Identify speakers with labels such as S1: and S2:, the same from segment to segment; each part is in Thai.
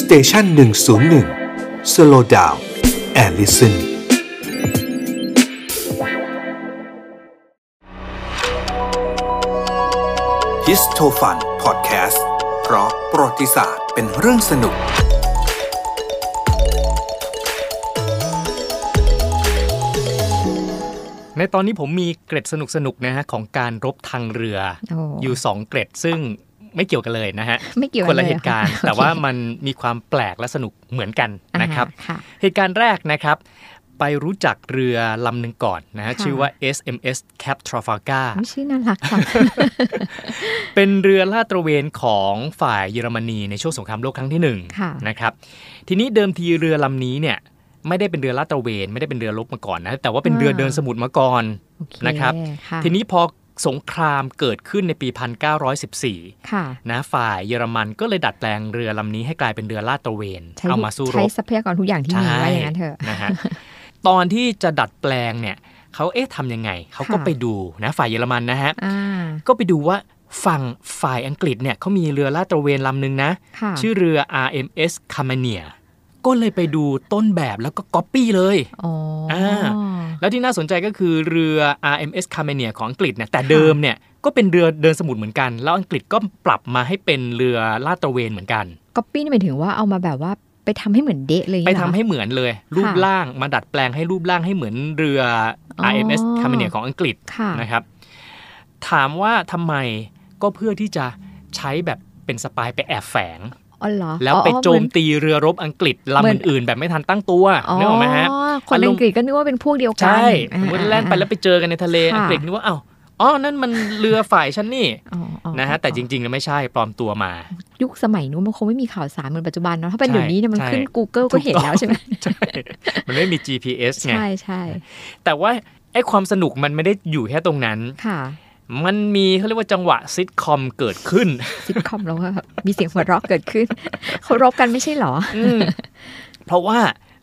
S1: สเตชันหนึ่งศูนย์หนึ่งสโลดาวแอลลิสัน ฮิสโทฟันพอดแคสต์เพราะประวัติศาสตร์เป็นเรื่องสนุก
S2: ในตอนนี้ผมมีเกร็ดสนุกๆนะฮะของการรบทางเรือ
S3: โอ้
S2: อยู่ 2 เกร็ดซึ่งไม่เกี่ยวกันเลยนะฮะ
S3: ไม่เกี่ยวกั
S2: คน น
S3: เลย
S2: ละเหตุการณ์
S3: เหรอคะ
S2: แต่ว่า
S3: โอเค
S2: มันมีความแปลกและสนุกเหมือนกัน
S3: อ่า
S2: นะครับ
S3: ค่ะ
S2: เหตุการณ์แรกนะครับ ไปรู้จักเรือลำหนึ่งก่อนนะฮะ
S3: ค่ะ
S2: ชื่อว่า SMS Cap Trafalgar
S3: อุ๊ยชื่อน่ารัก จัง
S2: เป็นเรือลาดตระเวนของฝ่ายเยอรมนีในช่วงสงครามโลกครั้งที่หนึ่ง
S3: ค่ะ
S2: นะครับทีนี้เดิมทีเรือลำนี้เนี่ยไม่ได้เป็นเรือลาดตระเวน ไม่ได้เป็นเรือรบมาก่อนนะแต่ว่าเป็นเรือเดินสมุทรมาก่อน
S3: โอเ
S2: นะครับ
S3: ค่ะ
S2: ทีนี้พอสงครามเกิดขึ้นในปี 1914
S3: ค่ะ
S2: นะฝ่ายเยอรมันก็เลยดัดแปลงเรือลำนี้ให้กลายเป็นเรือลาดตระเวน
S3: ใช้
S2: เอามาสู้ร
S3: ใช้
S2: บ
S3: ทรัพยากรทุกอย่างที่มีว่าอย่างนั้นเถอะ
S2: นะฮะ ตอนที่จะดัดแปลงเนี่ยเขาเอ๊ะทำยังไง เขาก็
S3: ค่ะ
S2: ไปดูนะฝ่ายเยอรมันนะฮะ
S3: อ่า
S2: ก็ไปดูว่าฝั่งฝ่ายอังกฤษเนี่ยเขามีเรือลาดตระเวนลำหนึ่งนะ
S3: ค่ะ
S2: ชื่อเรือ RMS c a m a n i a ก็เลยไปดูต้นแบบแล้วก็ก๊อปปี้เลย
S3: อ๋ออา
S2: แล้วที่น่าสนใจก็คือเรือ RMS c a m a n i a ของอังกฤษเนี่ยแต่เดิมเนี่ยก็เป็นเรือเดินสมุทรเหมือนกัน แล้วอังกฤษก็ปรับมาให้เป็นเรือลาดตระเวนเหมือนกัน
S3: ก๊อปปี้นี่หมายถึงว่าเอามาแบบว่าไปทำให้เหมือนเดะเลย
S2: ไปทำ
S3: เรอ
S2: ให้เหมือนเลย รูป
S3: ค่ะ
S2: ร่างมาดัดแปลงให้รูปร่างให้เหมือนเรืออ
S3: อ
S2: RMS c a m a n i a ของอังกฤษ
S3: ค่ะ
S2: นะครับ ถามว่าทำไมก็เพื่อที่จะใช้แบบเป็นสปายไปแอบแฝง
S3: อ๋อเหรอ
S2: แล้วไป
S3: อ๋อ
S2: โจม
S3: เหอน
S2: ตีเรือรบอังกฤษ
S3: เหมื
S2: ลำ
S3: อน
S2: อื่นๆ แบบไม่ทันตั้งตัวนึกออกไหมฮะ
S3: อ๋อคนอังกฤษก็นึกว่าเป็นพวกเดียวกัน
S2: ใช่
S3: อ่า
S2: สมมติแล่นไปแล้วไปเจอกันในทะเล อังกฤษนึกว่าอ้าวอ๋อ นั่นมันเรือฝ่ายฉันนี่
S3: อ๋ออ๋อ
S2: นะฮะ แต่จริงๆแล้วไม่ใช่ปลอมตัวมา
S3: ยุคสมัยนู้นมันคงไม่มีข่าวสารเหมือนปัจจุบันเนาะถ้าเป็น
S2: ใช่
S3: เดี๋ยวนี้เนี่ยมัน
S2: ใช่
S3: ขึ้น Google ก็เห็น
S2: ถูกต้อง
S3: แล้ว ใช่ไหม
S2: ใช่ มันไม่มี GPS ไง
S3: ใช่ใช่
S2: แต่ว่าไอ้ความสนุกมันไม่ได้อยู่แค่ตรงนั้น
S3: ค่ะ
S2: มันมีเขาเรียกว่าจังหวะซิทคอมเกิดขึ้น
S3: ซิทคอมแล้วก็มีเสียงหัวเราะเกิด ขึ้นเคารพกันไม่ใช่เหรอ
S2: อืม เพราะว่า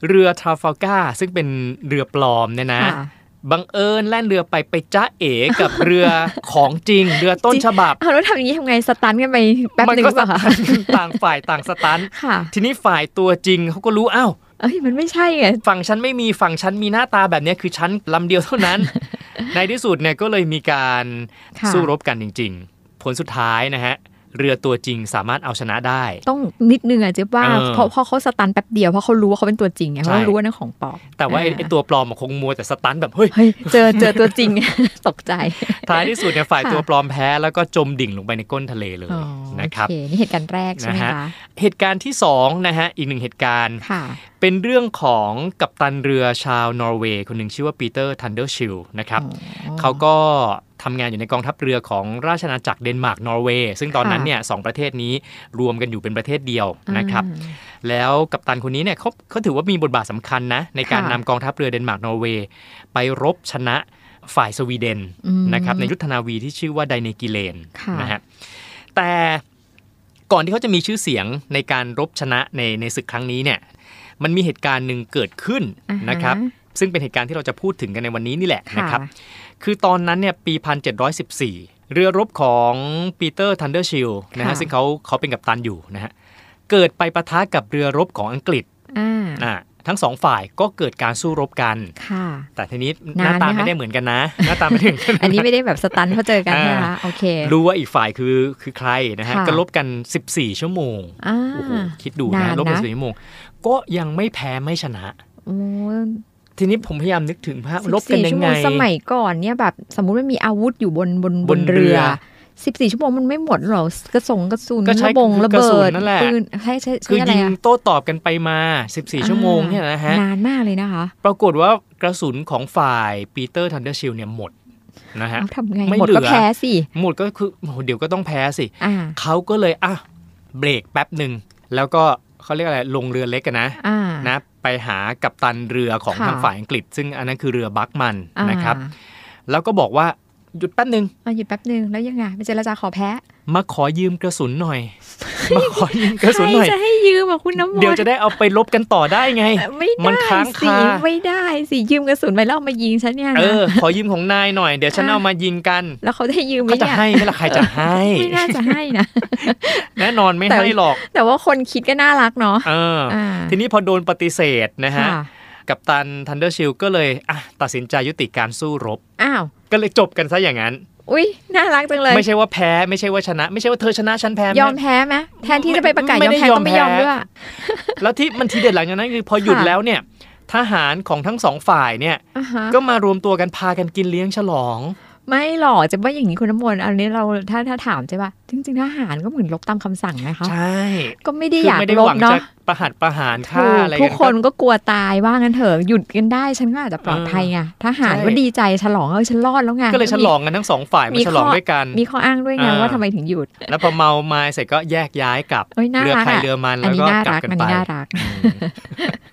S2: เรือทราฟาการ์ซึ่งเป็นเรือปลอมเนี่ยนะ
S3: ค่ะ
S2: บังเอิญแล่นเรือไปไปจ้าเอ๋กับเรือของจริง เรือต้นฉบับ
S3: เอาแล้วทำอย่างนี้ทำไงสตันกันไปแป๊บ
S2: มั
S3: หนึ่ง
S2: ก็
S3: หรือเปล่า
S2: ส
S3: คะ
S2: ตันต่างฝ่ายต่างสตัน
S3: ค่ะ
S2: ทีนี้ฝ่ายตัวจริงเขาก็รู้อ้าว
S3: เอ้ยมันไม่ใช่ไง
S2: ฝั่งฉันไม่มีฝั่งฉันมีหน้าตาแบบเนี้ยคือฉันลำเดียวเท่า นั้น ในที่สุดเนี่ยก็เลยมีการ
S3: ค่ะ
S2: สู้รบกันจริง ๆ ผลสุดท้ายนะฮะ เรือตัวจริงสามารถเอาชนะได้
S3: ต้องนิดนึงอ่ะเจ๊ว่า
S2: เออ
S3: เพราะเพราะเขาสตันแป๊บเดียวเพราะเขารู้ว่าเขาเป็นตัวจริงไง
S2: ใช่
S3: เขารู้ว่านั่นของปลอม
S2: แต่ว่าไอ้ไอ้ตัวปลอมมันคงมัวแต่สตันแบบเฮ้ย
S3: เฮ้ยเจอเจอตัวจริง ตกใจ
S2: ท้ายที่สุดเนี่ยฝ่าย
S3: ค่ะ
S2: ตัวปลอมแพ้แล้วก็จมดิ่งลงไปในก้นทะเลเลย
S3: อ๋อ
S2: นะครับ
S3: โอเคนี่เหตุการณ์แรกใช่ไหม
S2: นะฮะ
S3: คะ
S2: เหตุการณ์ที่สองนะฮะอีกหนึ่งเหตุการณ์
S3: ค่ะ
S2: เป็นเรื่องของกัปตันเรือชาวนอร์เวย์คนหนึ่งชื่อว่าปีเตอร์ทันเดอร์ชิลนะครับ
S3: อ๋อ
S2: เขาก็ทำงานอยู่ในกองทัพเรือของราชอาณาจักรเดนมาร์กนอร์เวย์ซึ่งตอนนั้น
S3: ค่ะ
S2: เนี่ยสองประเทศนี้รวมกันอยู่เป็นประเทศเดียวนะครับ
S3: อ่า
S2: แล้วกัปตันคนนี้เนี่ยเขาเขาถือว่ามีบทบาทสำคัญนะ ในการนำ
S3: ค่ะ
S2: กองทัพเรือเดนมาร์กนอร์เวย์ไปรบชนะฝ่ายสวีเดน
S3: อืม
S2: นะครับในยุทธนาวีที่ชื่อว่าไดเนกิเลน
S3: ค่ะ
S2: นะฮะแต่ก่อนที่เขาจะมีชื่อเสียงในการรบชนะในในศึกครั้งนี้เนี่ยมันมีเหตุการณ์หนึ่งเกิดขึ้น
S3: อ่าฮ
S2: นะครับซึ่งเป็นเหตุการณ์ที่เราจะพูดถึงกันในวันนี้นี่แหละ
S3: ค่ะ
S2: นะครับ คือตอนนั้นเนี่ยปี 1714 เรือรบของปีเตอร์ทันเดอร์ชิลนะฮะ
S3: ค่ะ
S2: ซึ่งเขาเขาเป็นกัปตันอยู่นะฮะเกิดไปปะทะกับเรือรบของอังกฤษ
S3: อ่า
S2: อ่ะทั้งสองฝ่ายก็เกิดการสู้รบกัน
S3: ค่ะ
S2: แต่ทีนี้ห
S3: นาน
S2: น้าตา
S3: ไหมคะ
S2: ไม่ได้เหมือนกันนะ หน้าตาไม่ได้เหมือนกัน
S3: อันนี้
S2: นะ
S3: ไม่ได้แบบสตันเพราะเจอกัน
S2: อ่า
S3: นะคะโอเค
S2: รู้ว่าอีกฝ่ายคือคือใครนะฮะ
S3: ค่ะ
S2: ก็ลบกัน 14 ชั่วโมง
S3: อ่า
S2: โอ้โหคิดดู
S3: นา
S2: นะ
S3: น
S2: ลบกัน
S3: นะ
S2: สิชั่วโมง ก็ยังไม่แพ้ไม่ชนะ
S3: โอ้ย
S2: ทีนี้ผมพยายามนึกถึงภาพลบกัน
S3: 14
S2: ยั
S3: ชั่
S2: ง
S3: วโม
S2: ไง
S3: งสมัยก่อนเนี่ยแบบสมมุติมันมีอาวุธอยู่บนบน
S2: บบ น
S3: น
S2: เรือ
S3: เรือ 14 ชั่วโมงมันไม่หมดหรอกระสงกระสุน
S2: ก็ใช้
S3: ระบงระ
S2: กระ
S3: เบิ
S2: สุน
S3: ด
S2: นั่นแหละ
S3: ปืนใช่ใช่ใช่
S2: คือ
S3: อะไร
S2: ยิง
S3: อะ
S2: โต้ตอบกันไปมา 14 ชั่วโมงเนี่ยนะฮะ
S3: นานมากเลยนะคะ
S2: ปรากฏว่ากระสุนของฝ่ายปีเตอร์ทันเดอร์ชิลเนี่ยหมดนะฮะ
S3: เอาทำไง
S2: ไม่
S3: หมด
S2: เหลื
S3: ก็
S2: อ
S3: แพ้สิ
S2: หมดก็คือโอ้โหเดี๋ยวก็ต้องแพ้สิ
S3: อ่า
S2: เขาก็เลยอ่ะเบรกแป๊บหนึ่ง แล้วก็เขาเรียกอะไรลงเรือเล็กกันนะ
S3: อ่า
S2: นะไปหากัปตันเรือของ
S3: ค่ะ
S2: ทางฝ่ายอังกฤษ ซึ่งอันนั้นคือเรือบัคมัน
S3: อ่า
S2: นะครับ แล้วก็บอกว่า หยุดแป๊บหนึ่ง
S3: มาหยุดแป๊บหนึ่งแล้วยังไงไปเจรจาขอแพ้
S2: มาขอยืมกระสุน หน่อย มาขอยืมกระสุนหน่อย
S3: ใครจะให้ยืมอ่ะคุณน้ำมนต์
S2: เดี๋ยวจะได้เอาไปลบกันต่อได้ไง
S3: ไม่ได้
S2: มันค้าง
S3: สิ
S2: คา
S3: ไม่ได้สิยืมกระสุนไปแล้วเอามายิงฉันเนี่ยนะ
S2: เออ ขอยืมของนายหน่อย เดี๋ยวฉันเอามายิงกัน
S3: แล้วเขาได้ยืมไหม
S2: เขาจะ
S3: เนี่ย
S2: ให้ไหมล่ะใครจะให้
S3: ไม่น่าจะให้นะ
S2: แน่นอนไม่
S3: แต่
S2: ให้หรอก
S3: แต่ว่าคนคิดก็น่ารักเนาะ
S2: เออ
S3: อ่า
S2: ทีนี้พอโดนปฏิเสธนะฮะ
S3: ค่ะ
S2: กับตันทันเดอร์ชิลก็เลยอ่ะตัดสินใจยุติการสู้รบ
S3: อ้าว
S2: ก็เลยจบกันซะอย่างนั้น
S3: อุ้ยน่ารักจังเลย
S2: ไม่ใช่ว่าแพ้ไม่ใช่ว่าชนะ ไม่ใช่ว่าเธอชนะฉันแพ้
S3: ยอมแพ้ไหมแทนที่จะไปประกาศยอม
S2: ด้
S3: แพ้ก็ไม่ยอมด้วย
S2: แล้วที่มันทีเด็ดหลังจากนั้นคือพอหยุด
S3: ค่ะ
S2: แล้วเนี่ย ทหารของทั้งสองฝ่ายเนี่ย
S3: อ่าฮะ
S2: ก็มารวมตัวกันพากันกินเลี้ยงฉลอง
S3: ไม่หรอกจะว่าอย่างนี้คุณน้ำมนต์อันนี้เราถ้าถ้าถามใช่ป่ะจริงๆทหารก็เหมือนลบตามคำสั่งนะคะ
S2: ใช่
S3: ก็ไม่ได้
S2: คืออย
S3: อาก
S2: ไม่ได้
S3: ล
S2: ห
S3: บ
S2: วัง
S3: เนาะ
S2: จะประหัตประหารฆ่า
S3: ถูก
S2: อะไร
S3: ทุ
S2: กั
S3: ก
S2: น
S3: คนก็กลัวตายว่างั้นเถอะหยุดกันได้ฉันก็อาจจะปลอดภัยไงทหาร
S2: ใช่
S3: ก็ดีใจฉลองเออฉันรอดแล้วไง
S2: ก็เลยฉลองกันทั้งสองฝ่าย
S3: มี
S2: มาฉลอง
S3: ข้อ
S2: ด้วยกัน
S3: มีข้ออ้างด้วยไง
S2: อ่า
S3: ว่าทำไมถึงหยุด
S2: แล้วพอเมาไม้เสร็จก็แยกย้ายกลับ
S3: เอ้ยน่า
S2: เรือ
S3: รัก
S2: ใคร
S3: อ่ะ
S2: เรือมัน
S3: อัน
S2: แล้วก็
S3: นี้น่าก
S2: ลับ
S3: รัก
S2: กัน
S3: อัน
S2: ไป
S3: นี้น่ารัก
S2: อืม